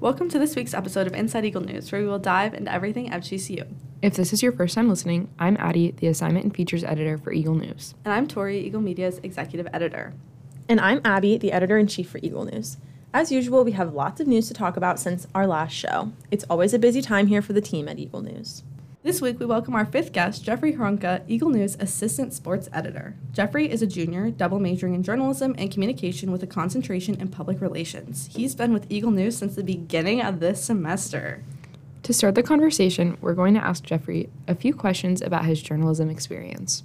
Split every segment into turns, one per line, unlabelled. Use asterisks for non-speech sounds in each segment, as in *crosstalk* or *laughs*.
Welcome to this week's episode of Inside Eagle News, where we will dive into everything FGCU.
If this is your first time listening, I'm Addie, the assignment and features editor for Eagle News.
And I'm Tori, Eagle Media's executive editor.
And I'm Abby, the editor in chief for Eagle News. As usual, we have lots of news to talk about since our last show. It's always a busy time here for the team at Eagle News.
This week, we welcome our fifth guest, Jeffrey Haronka, Eagle News Assistant Sports Editor. Jeffrey is a junior, double majoring in journalism and communication with a concentration in public relations. He's been with Eagle News since the beginning of this semester.
To start the conversation, we're going to ask Jeffrey a few questions about his journalism experience.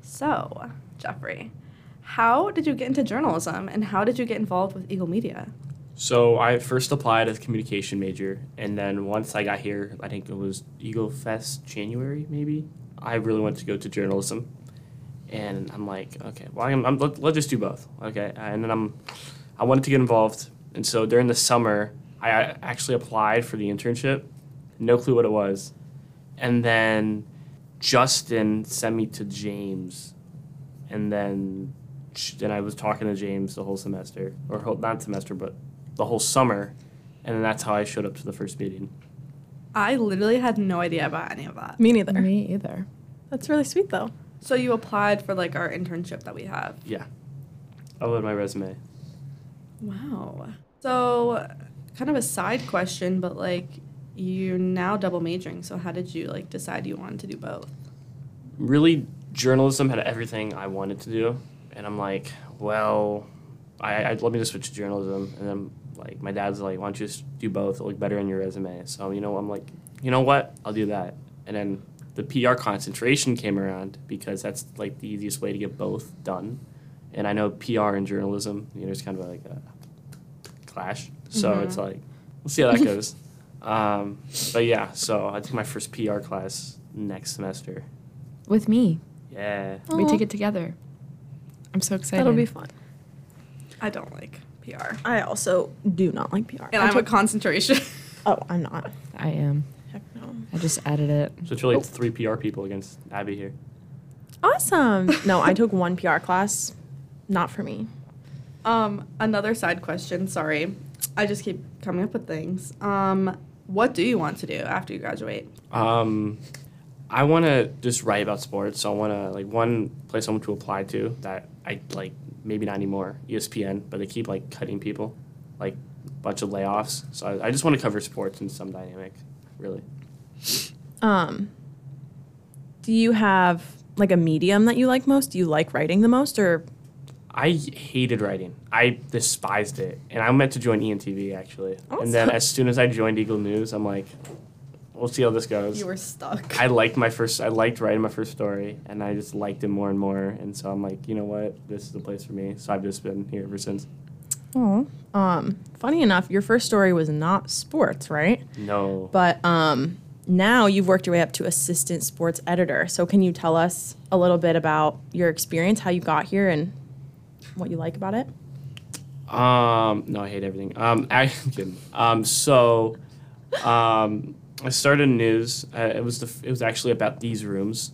So, Jeffrey, how did you get into journalism and how did you get involved with Eagle Media?
So I first applied as communication major, and then once I got here, I think it was Eagle Fest January maybe. I really wanted to go to journalism, and I'm like, okay, well I'm, I'm let, let's just do both, okay. And then I'm, I wanted to get involved, and so during the summer, I a- actually applied for the internship, no clue what it was, and then Justin sent me to James, and then and I was talking to James the whole semester, or whole, not semester, but the whole summer, and then that's how I showed up to the first meeting.
I literally had no idea about any of that.
Me neither.
Me either.
That's really sweet though.
So you applied for like our internship that we have.
Yeah, I loaded my resume.
Wow. So, kind of a side question, but like you're now double majoring. So how did you like decide you wanted to do both?
Really, journalism had everything I wanted to do, and I'm like, well, I, I let me just switch to journalism, and then like my dad's like, why don't you just do both? It'll look better in your resume. So you know, I'm like, you know what? I'll do that. And then the PR concentration came around because that's like the easiest way to get both done. And I know PR and journalism, you know, it's kind of like a clash. So
Mhm.
it's like, we'll see how that goes. *laughs* um, but yeah, so I took my first PR class next semester.
With me.
Yeah.
We take it together. I'm so excited.
Oh, That'll be fun.
I don't like PR,
I also do not like PR.
and
I
I'm a
took-
concentration.
oh, I'm not.
I am.
Heck no.
I just added it.
So it's really three PR people against Abby here.
Awesome. *laughs* No, I took one PR class. Not for me.
*laughs* um, another side question. Sorry, I just keep coming up with things. Um, what do you want to do after you graduate?
Um, I want to just write about sports. So I want to like one place I want to apply to that I like maybe not anymore E ESPN, but they keep like cutting people, like bunch of layoffs. So I, I just want to cover sports in some dynamic, really.
Um, do you have like a medium that you like most? Do you like writing the most, or
I hated writing. I despised it, and I meant to join E ENTV actually. And then
Awesome.
as soon as I joined Eagle News, I'm like, we'll see how this goes.
You were stuck.
I liked my first. I liked writing my first story, and I just liked it more and more. And so I'm like, you know what, this is the place for me. So I've just been here ever since.
oh, um, funny enough, your first story was not sports, right?
No.
But um, now you've worked your way up to assistant sports editor. So can you tell us a little bit about your experience, how you got here, and what you like about it?
Um, no, I hate everything. Um, *laughs* I, am kidding. Um, so, um, I started news. Uh, it was the f- it was actually about these rooms,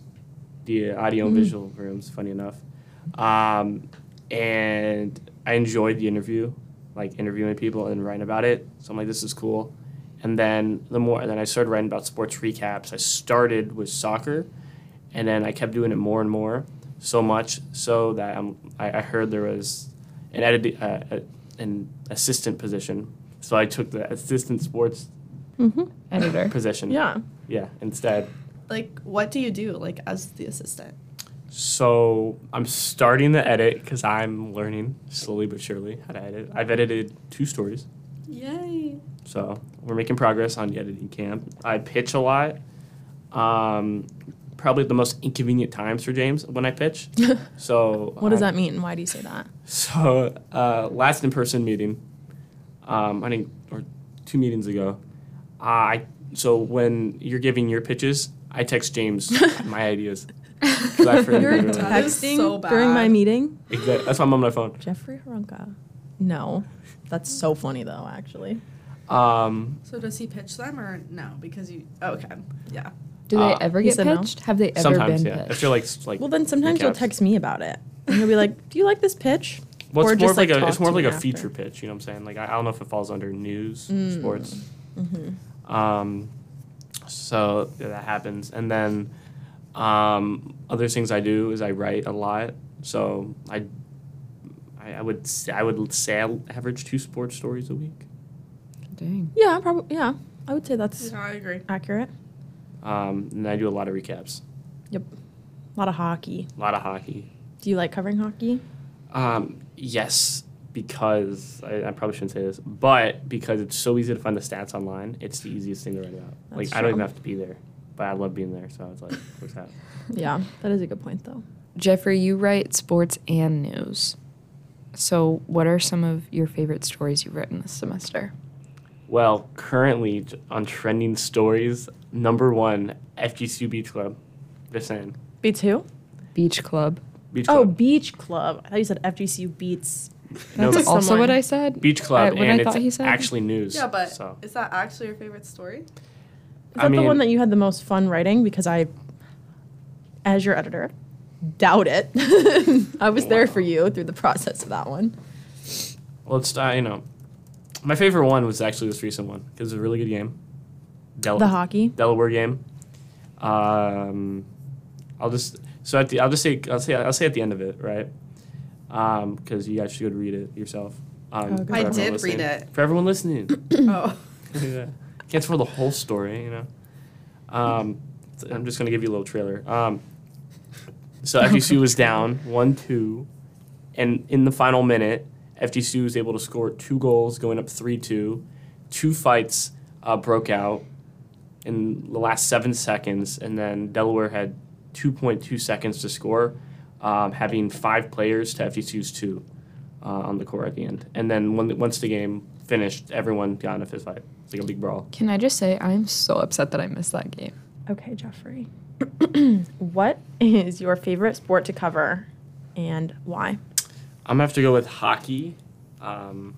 the audio and visual rooms. Funny enough, um, and I enjoyed the interview, like interviewing people and writing about it. So I'm like, this is cool. And then the more, and then I started writing about sports recaps. I started with soccer, and then I kept doing it more and more, so much so that I'm, I, I heard there was an edit, uh, a- an assistant position. So I took the assistant sports
Mm-hmm.
Editor.
position.
Yeah.
Yeah. Instead,
like, what do you do like as the assistant?
so I'm starting the edit because I'm learning slowly but surely how to edit. I've edited two stories,
Yay!
so we're making progress on the editing camp. I pitch a lot. Um, probably the most inconvenient times for James when I
*laughs*
pitch. So
What does
I-
that mean? Why do you say that?
So uh, last in-person meeting, um, I think, or two meetings ago, uh, I so when you're giving your pitches, I
*laughs*
text James my ideas. 'Cause I forget
You're a
everyone.
That is so bad.
during my meeting?
Exact- That's why I'm on my phone.
Jeffrey Haronka. No. That's so funny though, actually.
Um,
So does he pitch them or no? Because you okay, yeah.
Do they
Uh,
ever
he
get
said no.
pitched? Have they ever
sometimes,
been
yeah.
pitched?
If you're like s- like
Well then sometimes you'll
recaps.
text me about it. And you'll be like, Do you like this pitch?
Well,
Or
it's more
just,
of like,
like,
a it's
talk
more
to
of like
me
a
after. Mm.
feature pitch. You know what I'm saying? Like I, I don't know if it falls under news, sports.
Mm-hmm.
Um, so yeah, that happens, and then um, other things I do is I write a lot. So I, I, I would s- I would say I average two sports stories a week.
Dang.
Yeah, probably. Yeah, I would say that's
No, I agree.
accurate.
Um, and I do a lot of recaps,
A lot of hockey.
a lot of hockey.
Do you like covering hockey? *laughs*
Um, yes, because I, I probably shouldn't say this, but because it's so easy to find the stats online, it's the easiest thing to write about. like
That's
I don't
true.
even have to be there, but I love being there. So I was like, *laughs* what's that?
Yeah, that is a good point though.
Jeffrey, you write sports and news. So, what are some of your favorite stories you've written this semester?
Well, currently j- on trending stories, number one, FGCU Beach Club. Just saying.
Beats who?
Beach club.
Beach
Oh,
Club.
Beach Club. I thought you said FGCU beats.
No,
That's also what
Someone-
I said.
Beach Club,
I- what I
and
thought he
it's
said.
actually news.
Yeah, but
so
is that actually your favorite *clears throat* story?
Is
I
that the
mean-
one that you had the most fun writing? Because I, as your editor, doubt it. *laughs* I was there for
Wow.
you through the process of that one.
let's uh, you know, my favorite one was actually this recent one because it was a really good game. Del-
The hockey.
Delaware game. Um, I'll just so at the I'll just say I'll say I'll say at the end of it, right? Because you guys should read it yourself. Um,
Oh, good
for
I
everyone
did read
listening-
it.
for everyone listening.
oh.
*laughs* yeah. Can't spoil uh, the whole story, you know. Um, so I'm just gonna give you a little trailer. Um, so FGCU was down *laughs* one two, and in the final minute, FGCU was able to score two goals, going up three two. Two fights uh, broke out in the last seven seconds, and then Delaware had 2.2 seconds to score, um, having five players to FGCU's two uh, on the court at the end. And then when, once the game finished, everyone got in a fist fight. It's like a big brawl.
Can I just say I'm so upset that I missed that game.
Okay, Jeffrey. *clears throat* what is your favorite sport to cover, and why?
I'm gonna have to go with hockey. Um,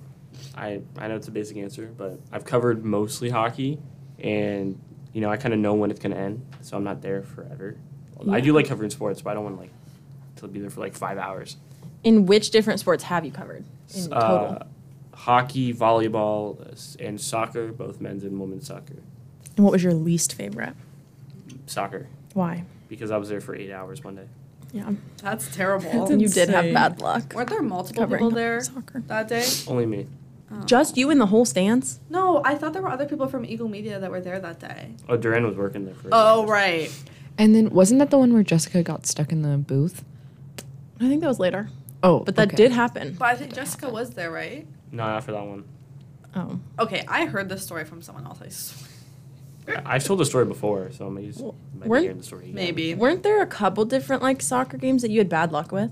I I know it's a basic answer, but I've covered mostly hockey, and you know I kind of know when it's gonna end, so I'm not there forever. I do like covering sports, but I don't want like to be there for like five hours.
In which different sports have you covered in total?
Uh, hockey, volleyball, s- and soccer, both men's and women's soccer.
And what was your least favorite?
Soccer,
Why?
because I was there for eight hours one day.
Yeah,
That's terrible.
you did have
insane.
bad luck
Weren't there multiple
covering
people there
soccer.
that day? Oh.
Only me.
Just you in the whole stands.
No, I thought there were other people from Eagle Media that were there that day.
Oh, Duran was working there for. eight
Oh,
hours.
right.
And then wasn't that the one where Jessica got stuck in the booth?
I think that was later,
Oh,
but that
okay.
did happen.
But I think Jessica was there, right?
No, not for that one.
Oh,
Okay, I heard this story from someone else. I swear.
I- I've told the story before, so I'm used.
Well,
might be
weren't-
hearing the story. again.
Maybe.
weren't there a couple different like soccer games that you had bad luck with?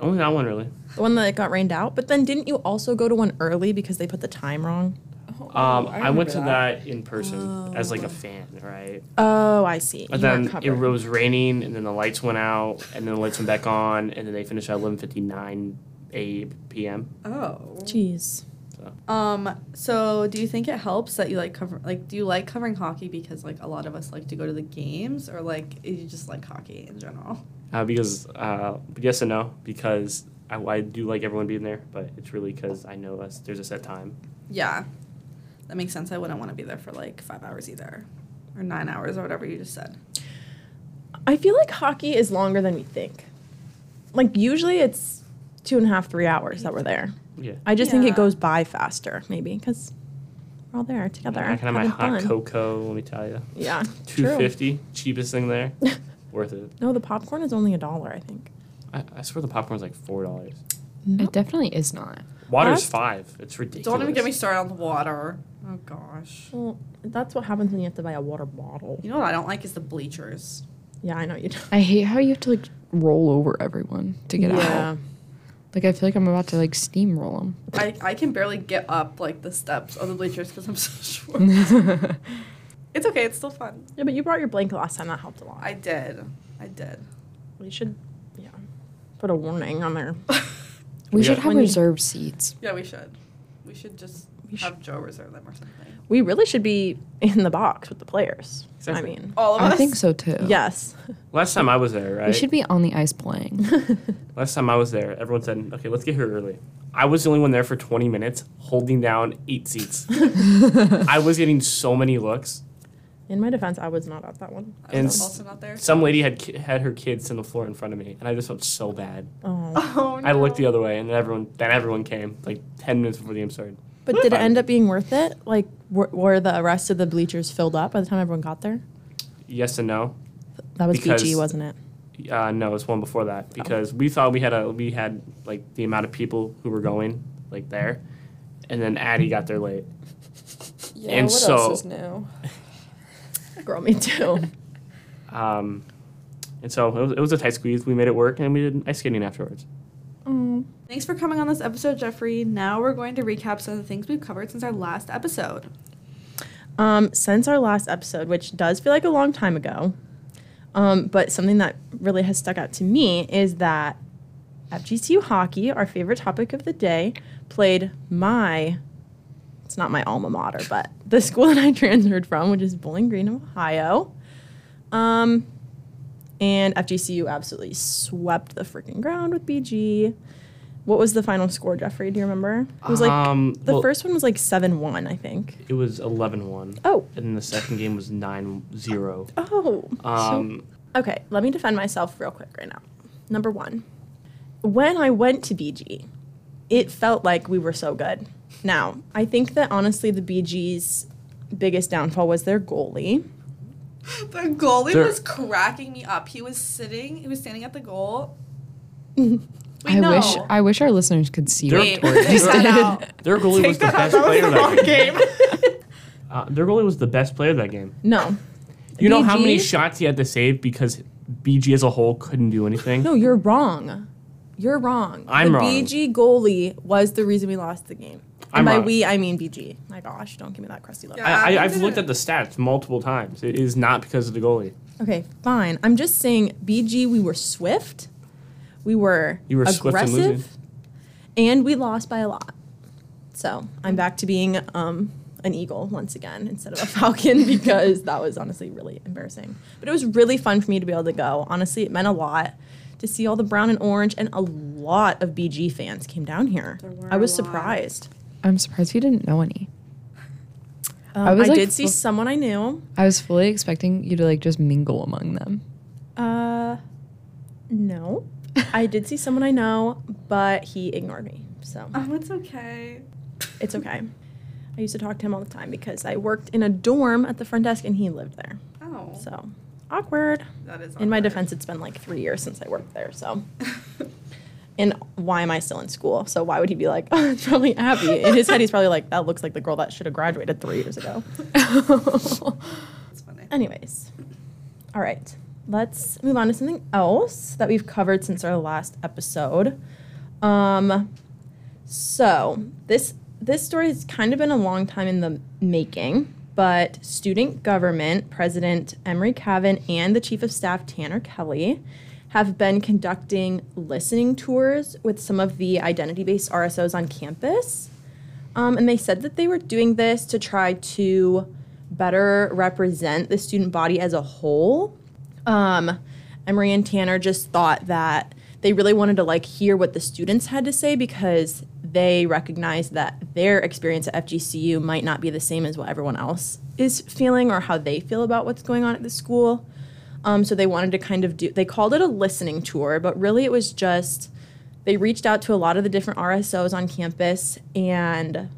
Only that one really.
The one that got rained out. But then didn't you also go to one early because they put the time wrong?
Oh, Uh,
Um, I, went to that. in person as like a fan, right?
Oh, I see.
But
You were
then it
covered.
was raining, and then the lights went out, and then the lights went back on, and then they finished at eleven fifty nine a p.m.
Oh.
Jeez.
Um. So, do you think it helps that you like cover like Do you like covering hockey because like a lot of us like to go to the games, or like you just like hockey in general?
Uh, because uh, yes and no, because I, I do like everyone being there, but it's really because I know us. There's a set time.
Yeah, that makes sense. I wouldn't want to be there for like five hours either, or nine hours, or whatever you just said.
I feel like hockey is longer than we think. Like usually it's two and a half, three hours that we're there.
Yeah.
I just think
Yeah.
it goes by faster, maybe because we're all there together.
I can have my
having
hot
fun.
cocoa. Let me tell you,
Yeah,
two
true.
fifty cheapest thing there, worth it.
No, the popcorn is only a dollar, I think.
I, I swear the popcorn's like four dollars.
It definitely is not.
Water's
What?
five. It's ridiculous.
Don't even get me started on the water. Oh gosh.
Well, that's what happens when you have to buy a water bottle.
You know what I don't like is the bleachers.
Yeah, I know you do.
I hate how you have to like roll over everyone to get out. Like I feel like I'm about to like steamroll *laughs* them.
I, I can barely get up like the steps of the bleachers because I'm *laughs* so short.
*laughs*
it's okay. It's still fun.
Yeah, but you brought your blanket last time. That helped a lot.
I did. I did. *laughs*
We should, yeah, put a warning on there.
we
Yeah.
should have
When you-
reserved seats.
Yeah, we should. We should just
We, should,
Have Joe reserve them or something.
we really should be in the box with the players.
Exactly.
I mean,
All of us.
I think so too.
yes.
Last time I was there, right?
We should be on the ice playing.
Last time I was there, everyone said, okay, let's get here early. I was the only one there for 20 minutes holding down eight seats. I was getting so many looks.
In my defense, I was not at that one.
I
And
was
s-
also not there.
Some lady had ki- had her kids on the floor in front of me, and I just felt so bad.
Oh.
*laughs* Oh, no.
I looked the other way, and then everyone then everyone came like 10 minutes before the game started.
But did it end up being worth it? Like, were, were the rest of the bleachers filled up by the time everyone got there?
Yes and no.
That was
Because-
BG, wasn't it?
Uh, no, it was one before that because we thought we had a we had like the amount of people who were going like there, and then Addie got there late.
yeah,
And what else so- is
new?
Girl, me *laughs* too.
Um, and so it was, it was a tight squeeze. We made it work, and we did ice skating afterwards.
Thanks for coming on this episode, Jeffrey. Now we're going to recap some of the things we've covered since our last episode.
Um, since our last episode, which does feel like a long time ago, um, but something that really has stuck out to me is that FGCU hockey, our favorite topic of the day, played my, it's not my alma mater, but the school *laughs* that I transferred from, which is Bowling Green, Ohio. Um, and FGCU absolutely swept the freaking ground with BG. What was the final score, Jeffrey? Do you remember? It was like
um,
the
well,
first one was like seven one, I think.
It was 11-1,
Oh,
and then the second game was 9-0.
oh.
Um,
Okay, let me defend myself real quick right now. Number one, when I went to BG, it felt like we were so good. Now, I think that honestly, the BG's biggest downfall was their goalie.
The goalie
There-
was cracking me up. He was sitting, he was standing at the goal. Wait,
I
no.
wish I wish our listeners could see
They're-
what
Wait, *laughs*
Tori
take
just
that
did.
out.
their goalie
Take
was the
that out.
best
That was
player
the
of that
wrong
game.
game.
Uh, their goalie was the best player of that game.
No.
You know how many
BG?
shots he had to save because BG as a whole couldn't do
*laughs*
anything.
No, you're wrong. You're wrong.
I'm
the
wrong.
BG goalie was the reason we lost the game. And
I'm
by
wrong.
we, I mean BG. My gosh, don't give me that crusty look.
Yeah.
I, I,
I
I've
didn't-
looked at the stats multiple times. It is not because of the goalie.
Okay, fine. I'm just saying, BG, we were swift. We were
You were
aggressive,
swift in losing.
and we lost by a lot. So I'm back to being um, an eagle once again instead of a *laughs* falcon because that was honestly really embarrassing. But it was really fun for me to be able to go. Honestly, it meant a lot to see all the brown and orange, and a lot of BG fans came down here.
There were
I was
a lot.
surprised.
I'm surprised you didn't know any.
Um, I,
I was, like,
did see
fl-
someone I knew.
I was fully expecting you to like just mingle among them.
Uh, no. I did see someone I know, but he ignored me. So
*laughs* Oh, it's okay.
it's okay. I used to talk to him all the time because I worked in a dorm at the front desk and he lived there.
Oh,
So awkward.
that is
In my
awkward.
defense, it's been like three years since I worked there. So, and why am I still in school? So why would he be like, *laughs* oh, it's probably Abby? In his head, he's probably like, that looks like the girl that should have graduated three years ago.
That's funny.
Anyways, all right, let's move on to something else that we've covered since our last episode. Um, so this this story has kind of been a long time in the making, but student government president Emery Cavan and the chief of staff Tanner Kelly have been conducting listening tours with some of the identity based RSOs on campus. Um, and they said that they were doing this to try to better represent the student body as a whole. Um, Emery and Tanner just thought that they really wanted to like hear what the students had to say because they recognized that their experience at FGCU might not be the same as what everyone else is feeling or how they feel about what's going on at the school. Um, so they wanted to kind of do, they called it a listening tour, but really it was just they reached out to a lot of the different RSOs on campus and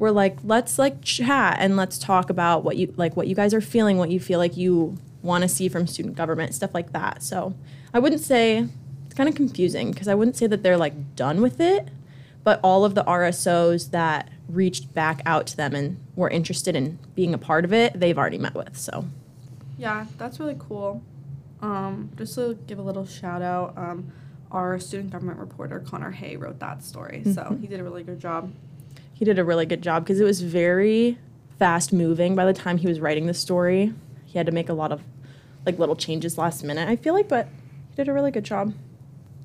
were like, let's like chat and let's talk about what you like, what you guys are feeling, what you feel like you want to see from student government, stuff like that. So I wouldn't say it's kind of confusing because I wouldn't say that they're like done with it, but all of the RSOs that reached back out to them and were interested in being a part of it, they've already met with. So
Yeah, that's really cool. Um, just to give a little shout out, um, our student government reporter Connor Hay wrote that story, so he did a really good job.
he did a really good job because it was very fast moving by the time he was writing the story he had to make a lot of like little changes last minute i feel like but he did a really good job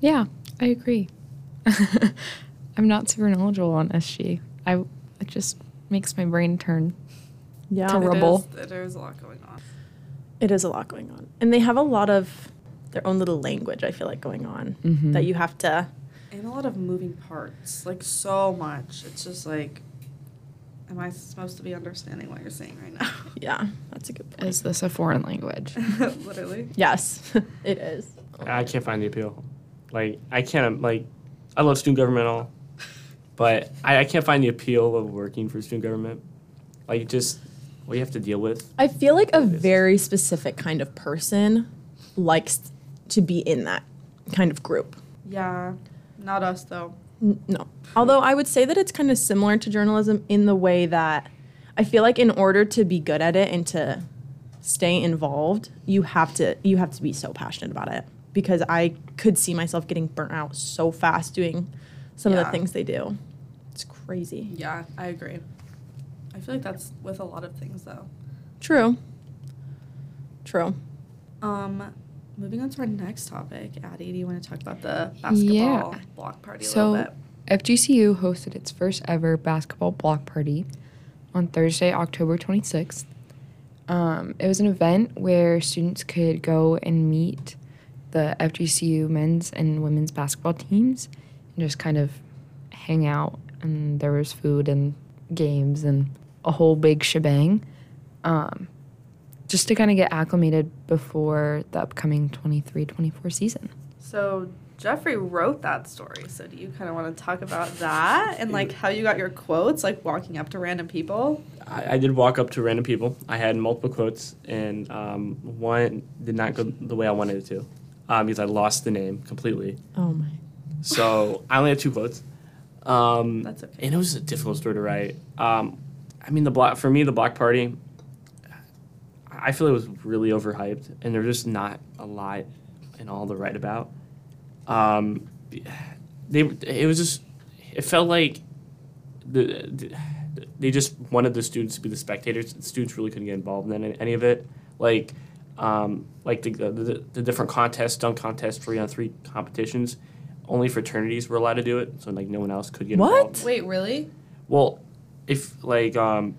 Yeah, I *laughs* agree. I'm not super knowledgeable on SG. I, I just makes my brain turn.
Yeah.
To It rubble.
there's a lot going on.
It is a lot going on. And they have a lot of their own little language, I feel like, going on
Mhm.
that you have to.
And a lot of moving parts, like so much. It's just like, am I supposed to be understanding what you're saying right now?
Yeah, that's a good point.
Is this a foreign language?
*laughs* Literally.
Yes, *laughs* it is.
I can't find the appeal. Like I can't um, like I love student government all, but I, I can't find the appeal of working for student government. Like just what you have to deal with.
I feel like a
It is.
very specific kind of person likes to be in that kind of group.
Yeah. Not us though.
N- No. Although I would say that it's kind of similar to journalism in the way that I feel like in order to be good at it and to stay involved, you have to you have to be so passionate about it because I could see myself getting burnt out so fast doing some of
Yeah.
the things they do. It's crazy.
Yeah, I agree. I feel like that's with a lot of things though.
True. True.
Um, moving on to our next topic, Addie, do you want to talk about the basketball
Yeah.
block party a
So-
little bit?
FGCU hosted its first ever basketball block party on Thursday, October 26th. Um, it was an event where students could go and meet the FGCU men's and women's basketball teams and just kind of hang out. And there was food and games and a whole big shebang um, just to kind of get acclimated before the upcoming 23 24 season.
So Jeffrey wrote that story. So do you kind of want to talk about that and like how you got your quotes, like walking up to random people?
I, I did walk up to random people. I had multiple quotes, and um, one did not go the way I wanted it to, um, because I lost the name completely.
Oh my.
So I only had two quotes. Um,
That's okay.
And it was a difficult story to write. Um, I mean, the block for me, the block party. I feel it was really overhyped, and there's just not a lot in all to write about. Um, they it was just it felt like the, the they just wanted the students to be the spectators. The students really couldn't get involved in any of it. Like um, like the, the the different contests, dunk contests, three on three competitions. Only fraternities were allowed to do it, so like no one else could get
What?
involved.
Wait, really?
Well, if like um,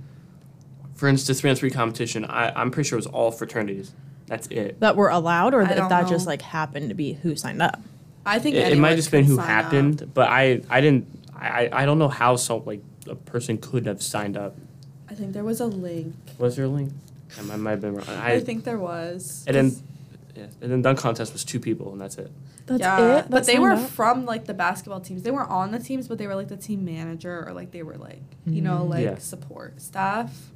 for instance, three on three competition, I I'm pretty sure it was all fraternities. That's it.
That were allowed or
I
that if
don't
that
know.
just like happened to be who signed up.
I think
It, it
anyone
might just been
could
who
sign
happened, but I I didn't I I I don't know how some like a person could have signed up.
up. I think there was a link.
Was there a link? I, might- might have been wrong. I,
I, think there was.
and then yeah, and then dunk contest was two people, and that's it.
That's
yeah,
it.
but
That's
they
not
were
up?
from like the basketball teams. They weren't on the teams, but they were like the team manager or like they were like you know
Mm.
like
Yeah.
support staff.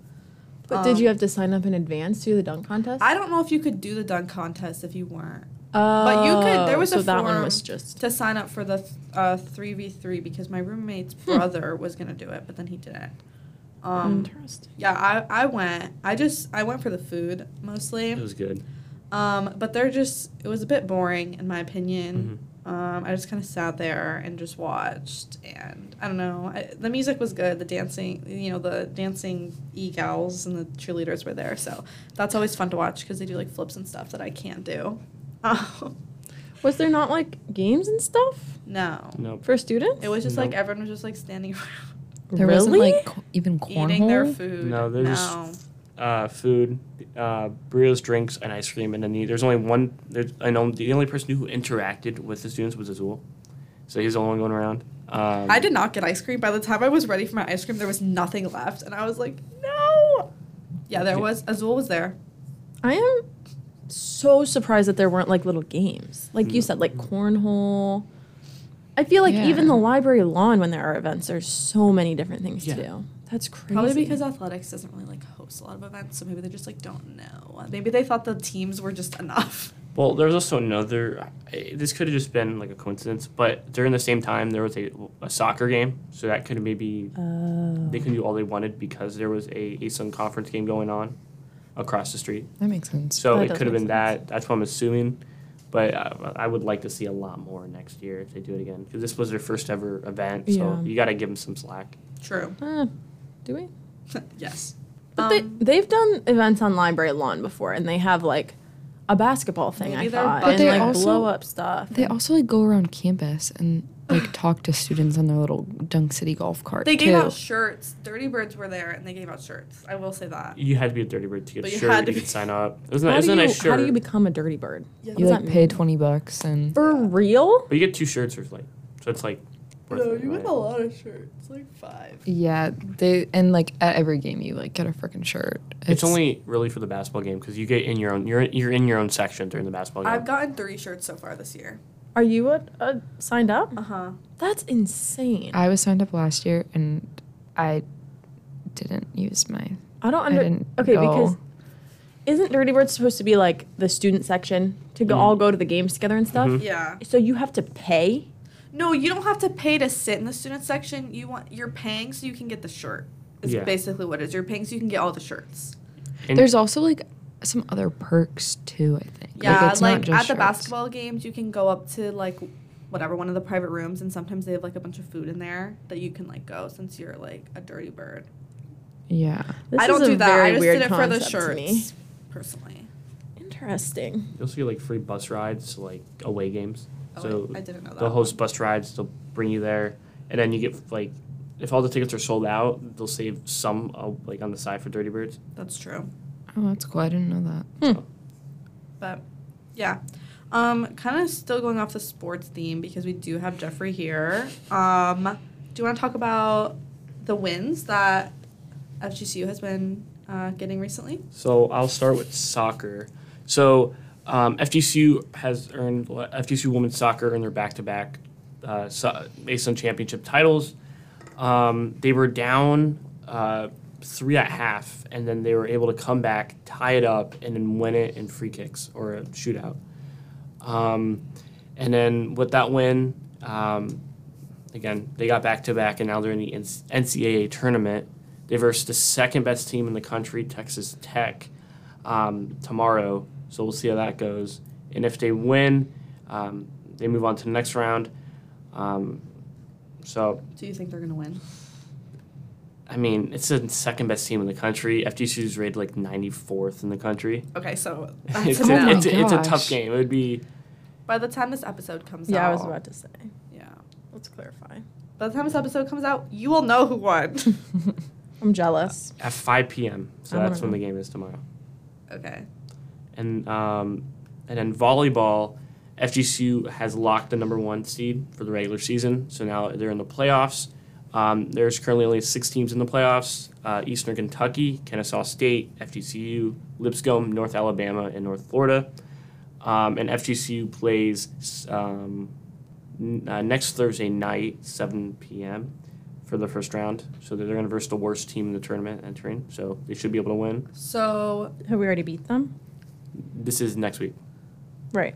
But did you
Um,
have to sign up in advance to the dunk contest?
I don't know if you could do the dunk contest if you weren't
but
you could- there was
Oh, so
a
that one
form
was just
to sign up for the uh, three v three because my roommate's
Hmm.
brother was gonna do it, but then he didn't. Um,
interesting.
yeah, I, I went. I just I went for the food
It
mostly.
was good.
Um, but they're just it was a bit boring in my opinion.
Mm-hmm.
Um, I just kind of sat there and just watched, and I don't know. I, the music was good. The dancing, you know, the dancing e gals and the cheerleaders were there, so that's always fun to watch because they do like flips and stuff that I can't do. *laughs* Um,
Was there not like games and stuff
no,
Nope.
for students?
it was just like
Nope.
everyone was just like standing around
*laughs*
There wasn't like co- even cornhole.
eating their food.
No, they're just-
No.
uh, food, uh, burritos, drinks, and ice cream. And then the, there's only one. There's, I know the only person who interacted with the students was Azul, so he's the only one going around. Um,
I did not get ice cream. By the time I was ready for my ice cream, there was nothing left, and I was like, no. Yeah, there
Okay.
was. Azul was there.
I am so surprised that there weren't like little games, like you
No.
said, like cornhole. I feel like
Yeah.
even the library lawn when there are events, there's so many different things
Yeah.
to do. That's crazy.
Probably because athletics doesn't really like host a lot of events, so maybe they just like don't know. Maybe they thought the teams were just *laughs* enough.
Well, there's also another. I, this could have just been like a coincidence, but during the same time there was a, a soccer game, so that could have maybe
Oh.
they could do all they wanted because there was a ASUN conference game going on across the street.
That makes sense.
So
That
it
does
could have
make
been
sense.
that. That's what I'm assuming. But I, I would like to see a lot more next year if they do it again because this was their first ever event. So
Yeah.
you got to give them some slack.
True.
Uh, do we?
*laughs* yes.
But
Um,
they, they've done events on library lawn before, and they have like a basketball thing.
Maybe
I
they're
thought,
But
and
they
like
also-
blow up stuff.
They also like go around campus and
*sighs*
like talk to students on their little Dunk City golf cart.
They gave
too.
out shirts. Dirty Birds were there, and they gave out shirts. I will say that.
You had to be a dirty bird to get a
But you
shirt.
had
You
to
could
be-
sign up. It was, a-
How
it was
do
a
you-
nice shirt.
How do you become a dirty bird?
Yeah.
you
What does
like
that
pay
mean?
twenty bucks and
For real?
but you get two shirts for like, so it's like. worth it, right?
lot of shirts, like five.
yeah, they and like at every game you like get a freaking shirt.
It's, only really for the basketball game because you get in your own. You're you're in your own section during the basketball game.
I've gotten three shirts so far this year.
Are you a, a signed up?
Uh huh.
That's insane. I,
I was signed up last year and I didn't use my.
don't
I
under.
didn't
okay,
go.
because isn't Dirty Bird supposed to be like the student section to go
Mhm.
all go to the games together and stuff?
Mhm.
Yeah.
So you have to pay.
No, you don't have to pay to sit in the student section. You want you're paying so you can get the shirt. Is
Yeah.
basically what it is. You're paying so you can get all the shirts.
And-
there's also like some other perks too. I think.
Yeah,
it's not
like, at
just
the
shirts.
basketball games, you can go up to like whatever one of the private rooms, and sometimes they have like a bunch of food in there that you can like go since you're like a dirty bird.
Yeah,
This
I don't
is a
do that.
very
I just
weird
did it for the
concept to
shirts,
me.
personally.
Interesting.
You also get like free bus rides to like away games.
Oh,
so
I, I didn't know that.
they'll host bus rides. They'll bring you there, and then you get like, if all the tickets are sold out, they'll save some uh, like on the side for Dirty Birds.
That's true.
oh, that's cool. I didn't know that.
But yeah. Um, kind of still going off the sports theme because we do have Jeffrey here. Um, do you want to talk about the wins that FGCU has been uh, getting recently?
So I'll start with soccer. So um, FGCU has earned FGCU women's soccer earned their back-to-back uh, so, based on championship titles. Um, they were down uh, three at half, and then they were able to come back, tie it up, and then win it in free kicks or a shootout. Um, and then with that win, um, again they got back-to-back, and now they're in the NCAA tournament. They versed the second best team in the country, Texas Tech, um, tomorrow. So we'll see how that goes. And if they win, um, they move on to the next round. Um, so,
Do you think they're going to win?
I mean, it's the second best team in the country. FGC is rated like 94th in the country.
Okay, so uh,
It's,
that's
Oh
a,
my
about-
it's, a, it's a tough
gosh.
game. It would be,
by the time this episode comes out.
Yeah, I was about to say.
Yeah.
Let's clarify.
By the time this episode comes out, you will know who won. *laughs*
I'm jealous.
at 5 p.m. So
I wanna
that's when the game is tomorrow.
okay.
and um, and then volleyball, FGCU has locked the number one seed for the regular season. So now they're in the playoffs. Um, there's currently only six teams in the playoffs: uh, Eastern Kentucky, Kennesaw State, FGCU, Lipscomb, North Alabama, and North Florida. Um, and FGCU plays um, n- uh, next Thursday night, 7 p.m. for the first round. So they're going to verse the worst team in the tournament entering. So they should be able to win.
So
Have we already beat them?
This is next week.
Right.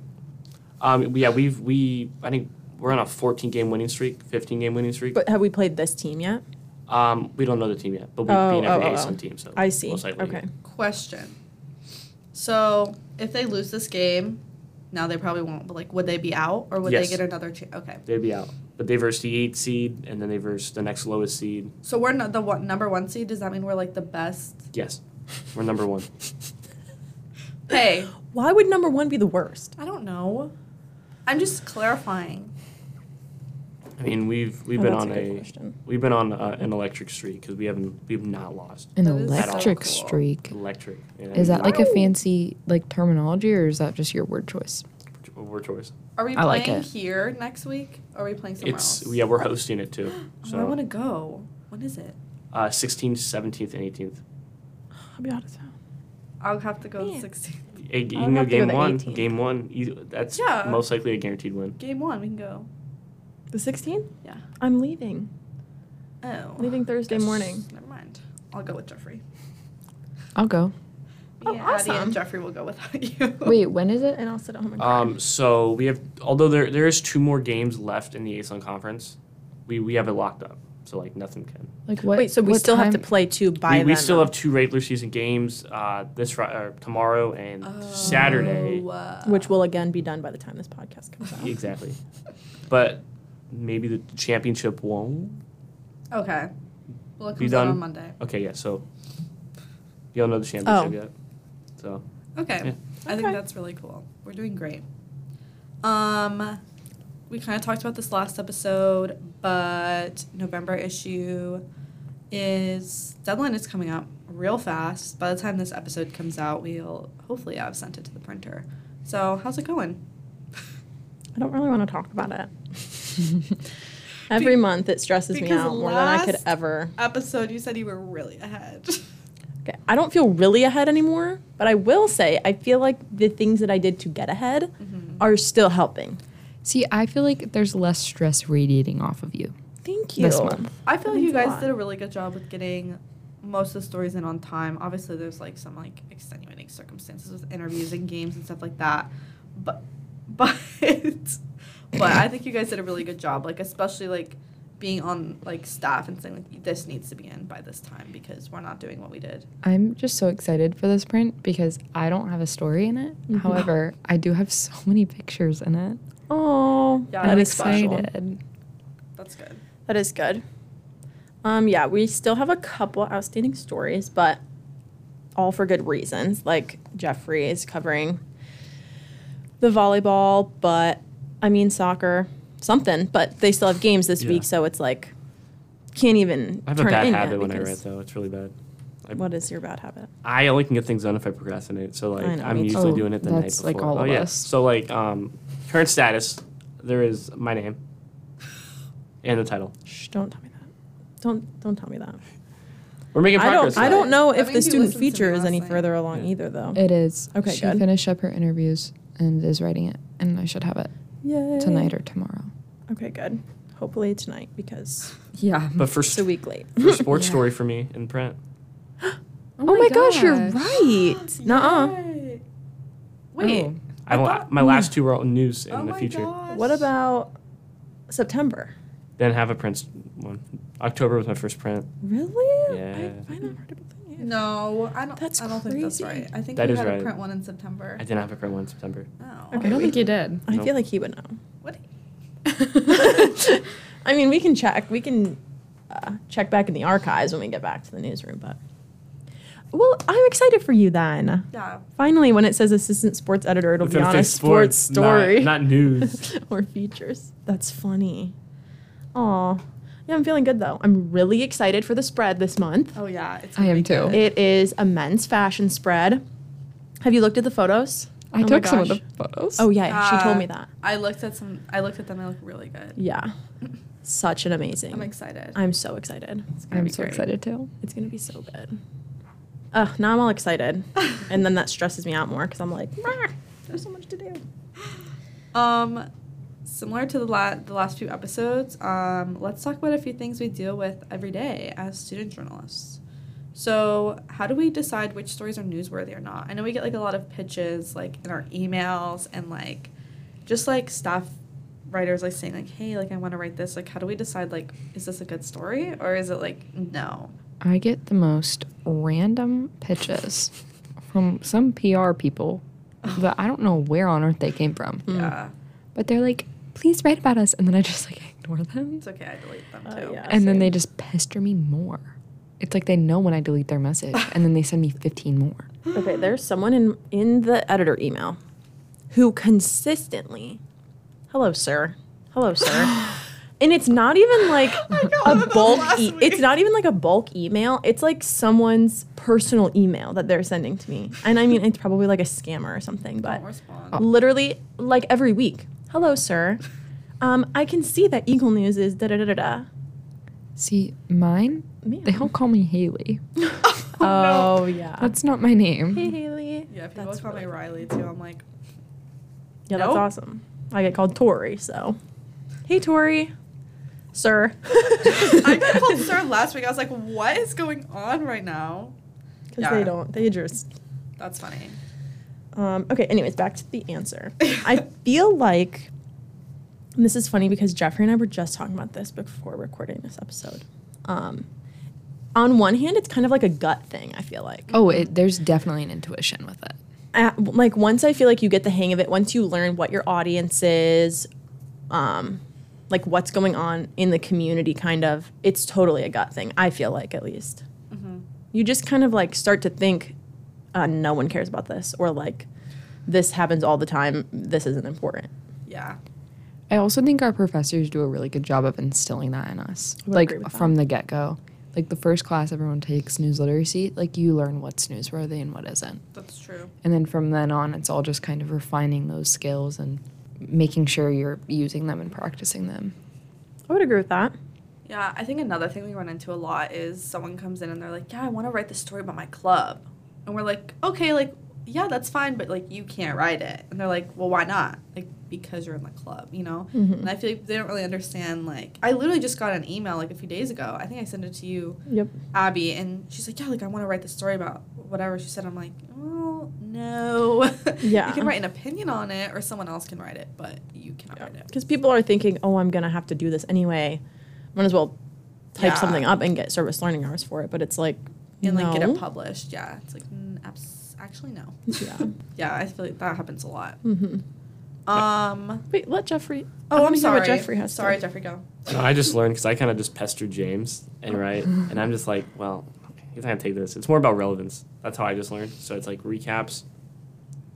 Um, yeah, we've we I think we're on a 14 game winning streak, 15 game winning streak.
But have we played this team yet?
um, we don't know the team yet, but we've
Oh,
been
oh,
every
oh,
ASUN
oh.
team, so
I see.
most likely.
Okay.
Question. So if they lose this game, now they probably won't. But like, would they be out, or would
Yes.
they get another chance? Okay.
They'd be out, but they versed the eight seed, and then they versed the next lowest seed.
So we're not the one, number one seed. Does that mean we're like the best?
Yes, we're number one.
Hey,
Why would number one be the worst?
I don't know. I'm just clarifying.
I mean, we've we've
Oh,
been
that's
on
a good
a,
question.
we've been on uh an electric streak because we haven't we've not lost
An
That is so
electric
cool.
streak.
electric. yeah.
Is that like a
Wow.
fancy like terminology or is that just your word choice?
We're choice?
Are we
I like
playing
it.
here next week? Or are we playing somewhere
It's
else?
yeah, we're hosting it
*gasps*
too.
Oh, I want to
So
go. When is it?
uh, 16th, 17th, and 18th.
I'll be out of town.
I'll have to go
Man.
16.
Hey, you
I'll
know,
have to go
game
the
one,
18th.
game one. You, that's
Yeah.
most likely a guaranteed win.
Game one, we can go.
The 16th?
Yeah.
I'm leaving.
Oh.
Leaving Thursday
Guess-
morning.
Never mind. I'll go with Jeffrey.
I'll go.
Me
Oh,
and Addie
awesome.
and Jeffrey will go without
*laughs*
you.
Wait, when is it?
And I'll sit at home and cry.
Um, so we have, although there there is two more games left in the ASUN conference, we we have it locked up. So like nothing can.
Like what?
Wait, so we
what
still have to
time-
play two
we,
by
we
then,
still
though.
have two regular season games uh, this Fri or tomorrow and Saturday.
Oh, uh,
which will again be done by the time this podcast comes out.
Exactly, but maybe the championship won't.
Okay. Well, it
Be
comes out
done.
on Monday.
Okay, yeah. So you don't know the championship
Oh.
yet. So
Okay.
Yeah.
I think
Okay.
that's really cool. We're doing great. Um, we kind of talked about this last episode, but November issue is deadline is coming up real fast. By the time this episode comes out, we'll hopefully have sent it to the printer. So how's it going?
I don't really want to talk about it.
*laughs*
Every month it stresses me
because
out more than I could
last-
ever.
Episode, you said you were really ahead.
Okay. I don't feel really ahead anymore, but I will say I feel like the things that I did to get ahead are still helping.
*laughs* See, I feel like there's less stress radiating off of you
Thank you.
this month.
I feel like
That means
you
a
guys
lot.
did a really good job with getting most of the stories in on time. Obviously, there's like some like extenuating circumstances with interviews and games and stuff like that, but *laughs* but but I think you guys did a really good job. Like especially like being on like staff and saying like this needs to be in by this time because we're not doing what we did.
I'm just so excited for this print because I don't have a story in it.
Mhm.
However, I do have *laughs* so many pictures in it.
Oh,
Yeah,
I'm
that is
special.
excited.
That's good.
That is good. Um, yeah, we still have a couple outstanding stories, but all for good reasons. Like Jeffrey is covering the volleyball, but I mean soccer, something. But they still have games this
Yeah.
week, so it's like can't even.
I have a
turn it
bad
in yet
habit when I write
because-
though. It's really bad. I-
What is your bad habit?
I only can get things done if I procrastinate. So like
I know,
I'm
me too.
usually
Oh,
doing it the night
that's,
before.
like, all
oh,
of
yeah.
us.
So like um, current status, there is my name and the title.
Shh, don't tell me that. Don't don't tell me that.
We're making
I
progress.
don't I
though.
don't know
That
if the
means you
student
listened to me
feature is
last
any
night.
further along
Yeah.
either though.
It is.
Okay,
She
good.
finished up her interviews and is writing it, and I should have it
Yeah.
tonight or tomorrow.
Okay, good. Hopefully tonight because
Yeah.
But
*laughs*
for,
it's a week
*laughs*
late.
for sports
Yeah.
story for me in print.
Oh my, gosh,
*gasps*
you're right. Nuh-uh.
Yay. Wait.
Oh.
I, will-
thought-
my
Hmm.
last two were all news in
oh
the
my
future.
gosh.
What about September?
Then have a print one. October was my first print.
Really?
Yeah.
I find that hard to believe.
No, I don't.
That's
I don't think that's
crazy.
right. I think
That
we
is
had
right.
a print one in September.
I didn't have a print one in September.
Oh.
Okay. I don't think
you did.
I
Nope.
feel like he would *laughs* know.
What?
I mean, we can check. We can uh, check back in the archives when we get back to the newsroom, but. Well, I'm excited for you then.
Yeah.
Finally, when it says assistant sports editor, it'll
It's
be
gonna
on
say
a sports,
not-
story *laughs*
not, news.
or features. That's funny. Aw. Yeah, I'm feeling good though. I'm really excited for the spread this month.
Oh yeah. It's
I
gonna
am
be
too.
good.
It is a men's fashion spread. Have you looked at the photos?
I
Oh my
took some of
gosh.
the photos.
Oh yeah, she told
Uh,
me that.
I looked at some. I looked at them. They look really good.
Yeah, such an
*laughs*
amazing.
I'm excited.
I'm so excited.
It's gonna
I'm
be
so
great.
excited too.
It's gonna be so good. Ugh, now I'm all *laughs* excited, and then that stresses me out more because I'm like, "Rah, there's so much to do.
Um, similar to the la- the last few episodes, um, let's talk about a few things we deal with every day as student journalists. So, how do we decide which stories are newsworthy or not? I know we get like a lot of pitches like in our emails and like just like staff writers like saying like, "Hey, like I want to write this." Like, how do we decide like is this a good story or is it like no?
I get the most random pitches from some
*laughs*
PR people that I don't know where on earth they came from.
Mm.
Yeah,
But they're like, please write about us. And then I just like ignore them.
it's okay. I delete them
Oh,
too.
yeah.
And then
same.
they just pester me more. It's like they know when I delete their
*laughs*
message and then they send me 15 more.
Okay, there's someone in in the editor email who consistently, hello sir,
*laughs*
hello *gasps* sir, and it's not even like
got
a
that
bulk.
last
E-
week.
it's not even like a bulk email. It's like someone's personal email that they're sending to me, and I mean it's probably like a scammer or something. But
Don't *laughs*
Oh.
respond.
literally, like every week, hello sir, um, I can see that Eagle News is da da da da da.
See, mine,
Man.
they all call me Haley.
*laughs* Oh
Ah.
yeah.
That's not my name.
Hey Haley.
Yeah, people
That's
call
really-
me Riley too. I'm *laughs* like,
Yeah, that's
Nope.
awesome. I get called Tori, so. Hey, Tori. Sir.
*laughs* I got called sir
*laughs*
last week. I was like, what is going on right now?
Because
Yeah.
they don't. They just.
That's funny.
Um, okay, anyways, back to the answer.
*laughs*
I feel like. And this is funny because Jeffrey and I were just talking about this before recording this episode. Um, on one hand, it's kind of like a gut thing, I feel like.
Oh, it, there's definitely an intuition with it.
I- like once I feel like you get the hang of it, once you learn what your audience is, um, like what's going on in the community, kind of, it's totally a gut thing. I feel like at least
Mm-hmm.
you just kind of like start to think, uh, no one cares about this, or like this happens all the time. This isn't important.
Yeah.
I also think our professors do a really good job of instilling that in us,
would agree
like
with
from the get go. Like the first class everyone takes news literacy, like you learn what's newsworthy and what isn't.
That's true.
And then from then on, it's all just kind of refining those skills and making sure you're using them and practicing them.
I would agree with that.
Yeah, I think another thing we run into a lot is someone comes in and they're like, "Yeah, I want to write this story about my club," and we're like, "Okay, like, yeah, that's fine, but like, you can't write it." And they're like, "Well, why not?" Like, because you're in the club, you know. And I feel like they don't really understand. Like, I literally just got an email like a few days ago. I think I sent it to you,
Yep.
Abby, and she's like, "Yeah, like, I want to write this story about whatever." She said, "I'm like, well, no. *laughs*
Yeah.
you can write an opinion on it, or someone else can write it, but you cannot write it."
Because people are thinking, oh, I'm going to have to do this anyway. Might as well
Yeah.
type something up and get service learning hours for it. But it's like,
and like get
no.
it published. Yeah, it's like mm, abs- actually no.
Yeah.
*laughs* Yeah, I feel like that happens a lot.
Mhm.
Um.
Wait, let Jeffrey. I
Oh,
wanna
I'm
hear
sorry.
What Jeffrey has. to
sorry,
say.
Jeffrey. Go.
No, I just learned because I kind of just pester James and write, and I'm just like, well, okay, he's not gonna take this. It's more about relevance. That's how I just learned. So it's like recaps.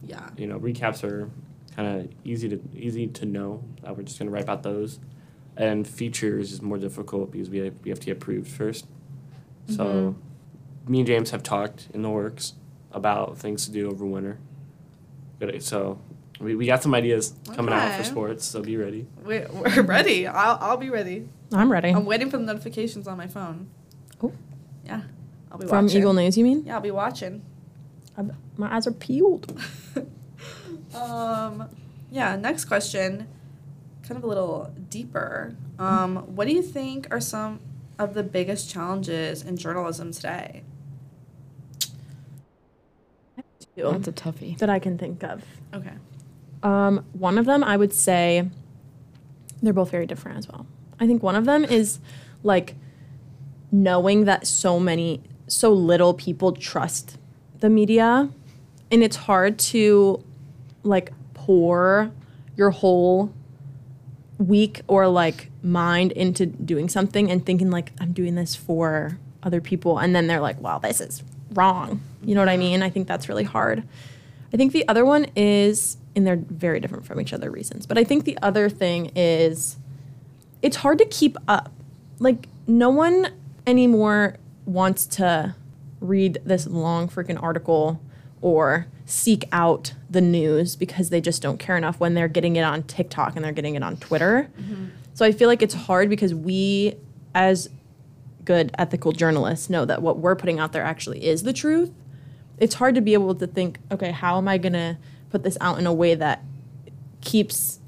Yeah.
You know, recaps are kind of easy to easy to know. That we're just gonna write about those, and features is more difficult because we have, we have to get approved first. So, me and James have talked in the works about things to do over winter. But it- So we, we got some ideas coming out for
Okay.
sports. So be ready.
We're, we're *laughs* ready. I'll, I'll be ready.
I'm ready.
I'm waiting for the notifications on my phone.
Oh.
Yeah. I'll be
From
watching.
Eagle News, you mean?
Yeah, I'll be watching. *laughs*
My eyes are peeled.
um. Yeah. Next question. Kind of a little deeper. Um. What do you think are some of the biggest challenges in journalism today?
That's a toughie.
That I can think of.
Okay.
Um, one of them, I would say, they're both very different as well. I think one of them is like knowing that so many, so little people trust the media, and it's hard to like pour your whole week or like mind into doing something and thinking like I'm doing this for other people, and then they're like, "Wow, this is wrong." You know what I mean? I think that's really hard. I think the other one is, and they're very different from each other reasons, but I think the other thing is it's hard to keep up. Like, no one anymore wants to read this long freaking article or seek out the news because they just don't care enough when they're getting it on TikTok and they're getting it on Twitter. So I feel like it's hard because we, as good ethical journalists, know that what we're putting out there actually is the truth it's hard to be able to think, okay, how am I going to put this out in a way that keeps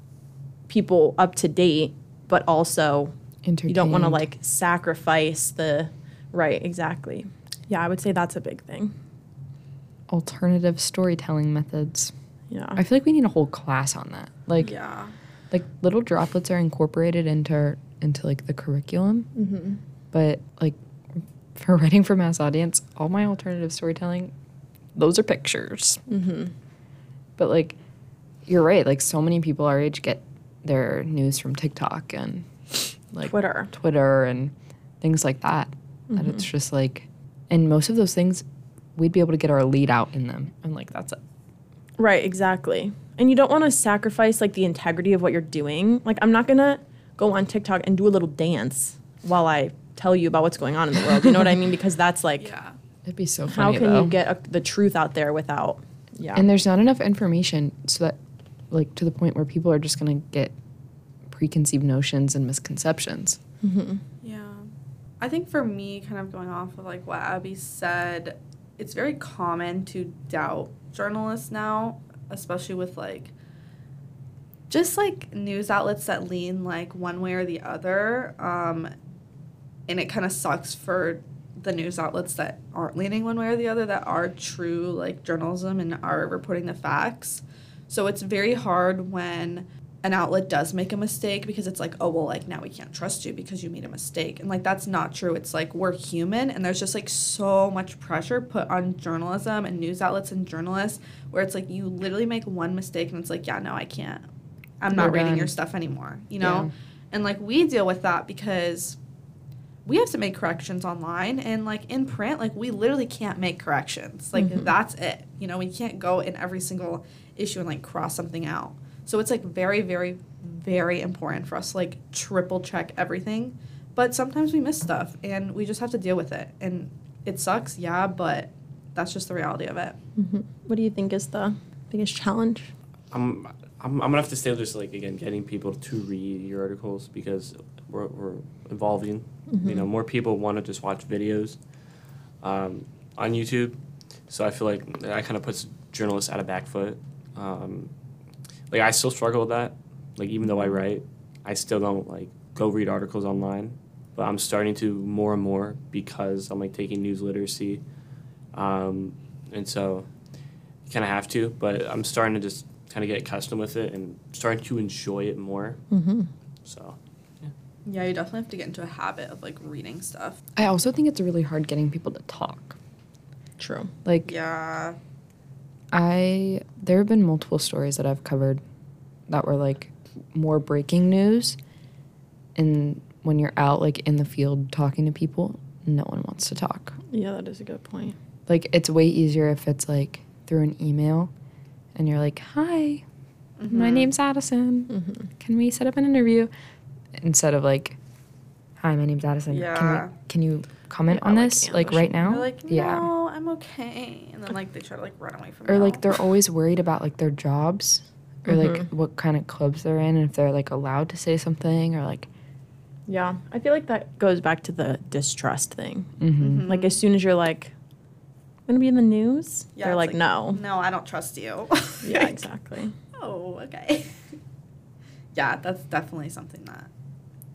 people up to date, but also you don't want to
Entertained.
like sacrifice the right, exactly. Yeah, I would say that's a big thing.
alternative storytelling methods.
Yeah.
I feel like we need a whole class on that. Like
Yeah.
like little droplets are incorporated into into like the curriculum.
Mm-hmm.
But like for writing for mass audience, all my alternative storytelling, those are pictures.
Mm-hmm.
But like you're right. Like so many people our age get their news from TikTok and like
Twitter. Mm-hmm.
Twitter and things like that. And it's just like, and most of those things, we'd be able to get our lead out in them. And like that's it.
Right, exactly. And you don't want to sacrifice like the integrity of what you're doing. Like I'm not going to go on TikTok and do a little dance while I tell you about what's going on in the world. You know what I
*laughs*
mean? Because that's like
Yeah.
It'd be so
how
funny.
can
though.
you get a, the truth out there without yeah.
And there's not enough information so that, like, to the point where people are just going to get preconceived notions and misconceptions.
Yeah. I think for me, kind of going off of like what Abby said, it's very common to doubt journalists now, especially with like just like news outlets that lean like one way or the other. Um, and it kind of sucks for the news outlets that aren't leaning one way or the other that are true like journalism and are reporting the facts. So it's very hard when an outlet does make a mistake because it's like, oh, well, like now we can't trust you because you made a mistake. And like, that's not true. It's like we're human, and there's just like so much pressure put on journalism and news outlets and journalists where it's like you literally make one mistake and it's like, yeah, no, I can't. I'm not
You're
reading
done.
your stuff anymore, you know?
Yeah.
And like, we deal with that because we have to make corrections online and like in print like we literally can't make Mm-hmm. corrections like that's it you know we can't go in every single issue and like cross something out So it's like very, very, very important for us to like triple check everything. But sometimes we miss stuff and we just have to deal with it. And it sucks, yeah, but that's just the reality of it.
What do you think is the biggest challenge?
I'm, I'm, I'm gonna have to stay with just like again getting people to read your articles because we're, we're evolving. You know, more people want to just watch videos um, on YouTube, so I feel like that kind of puts journalists at a back foot. Um, like I still struggle with that. Like even though I write, I still don't like go read articles online, but I'm starting to more and more because I'm like taking news literacy, um, and so kind of have to. But I'm starting to just kind of get accustomed with it and starting to enjoy it more.
Mm-hmm.
So
Yeah, you definitely have to get into a habit of like reading stuff.
I also think it's really hard getting people to talk.
True.
Like
Yeah.
I there have been multiple stories that I've covered that were like more breaking news and when you're out like in the field talking to people, no one wants to talk.
Yeah, that is a good point.
Like it's way easier if it's like through an email and you're like, "Hi,
Mm-hmm.
Mm-hmm. my name's Addison.
Mm-hmm.
Can we set up an interview?" instead of like, "Hi, my name's Addison.
Yeah.
Can, we, can you comment
Yeah,
on
like
this like
ambush
right now?"
They're like, no,
Yeah.
I'm okay. And then like they try to like run away from
or
you.
like they're always worried about like their jobs or like what kind of clubs they're in and if they're like allowed to say something or like
Yeah, I feel like that goes back to the distrust thing.
mm-hmm.
Like as soon as you're like, I'm gonna be in the news,
Yeah,
they're
it's
like,
like-
*laughs* no.
Mm-hmm. No, I don't trust you. *laughs*
Yeah, exactly.
oh, okay. *laughs* yeah, that's definitely something that.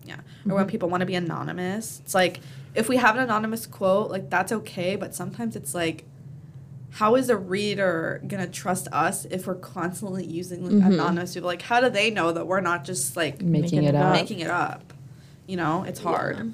Yeah. Or when people want to be anonymous, it's like if we have an anonymous quote, like that's okay, but sometimes it's like how is a reader going to trust us if we're constantly using like,
Mhm.
anonymous people? Like how do they know that we're not just like
making it up
making it up? You know, it's hard.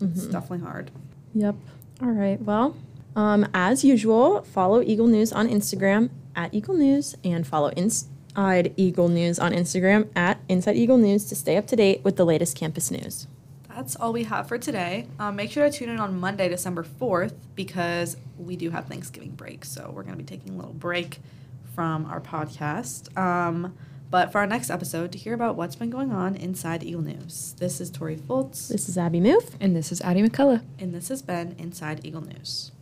It's definitely hard.
Yep. All right. Well, um, as usual, follow Eagle News on Instagram at Eagle News and follow Inside Eagle News on Instagram at Inside Eagle News to stay up to date with the latest campus news.
That's all we have for today. Um, make sure to tune in on Monday, December 4th, because we do have Thanksgiving break. So we're going to be taking a little break from our podcast. Um, but for our next episode, to hear about what's been going on inside Eagle News, this is Tori Fultz,
This is Abby Moof.
and this is addie mccullough
and this has been Inside Eagle News.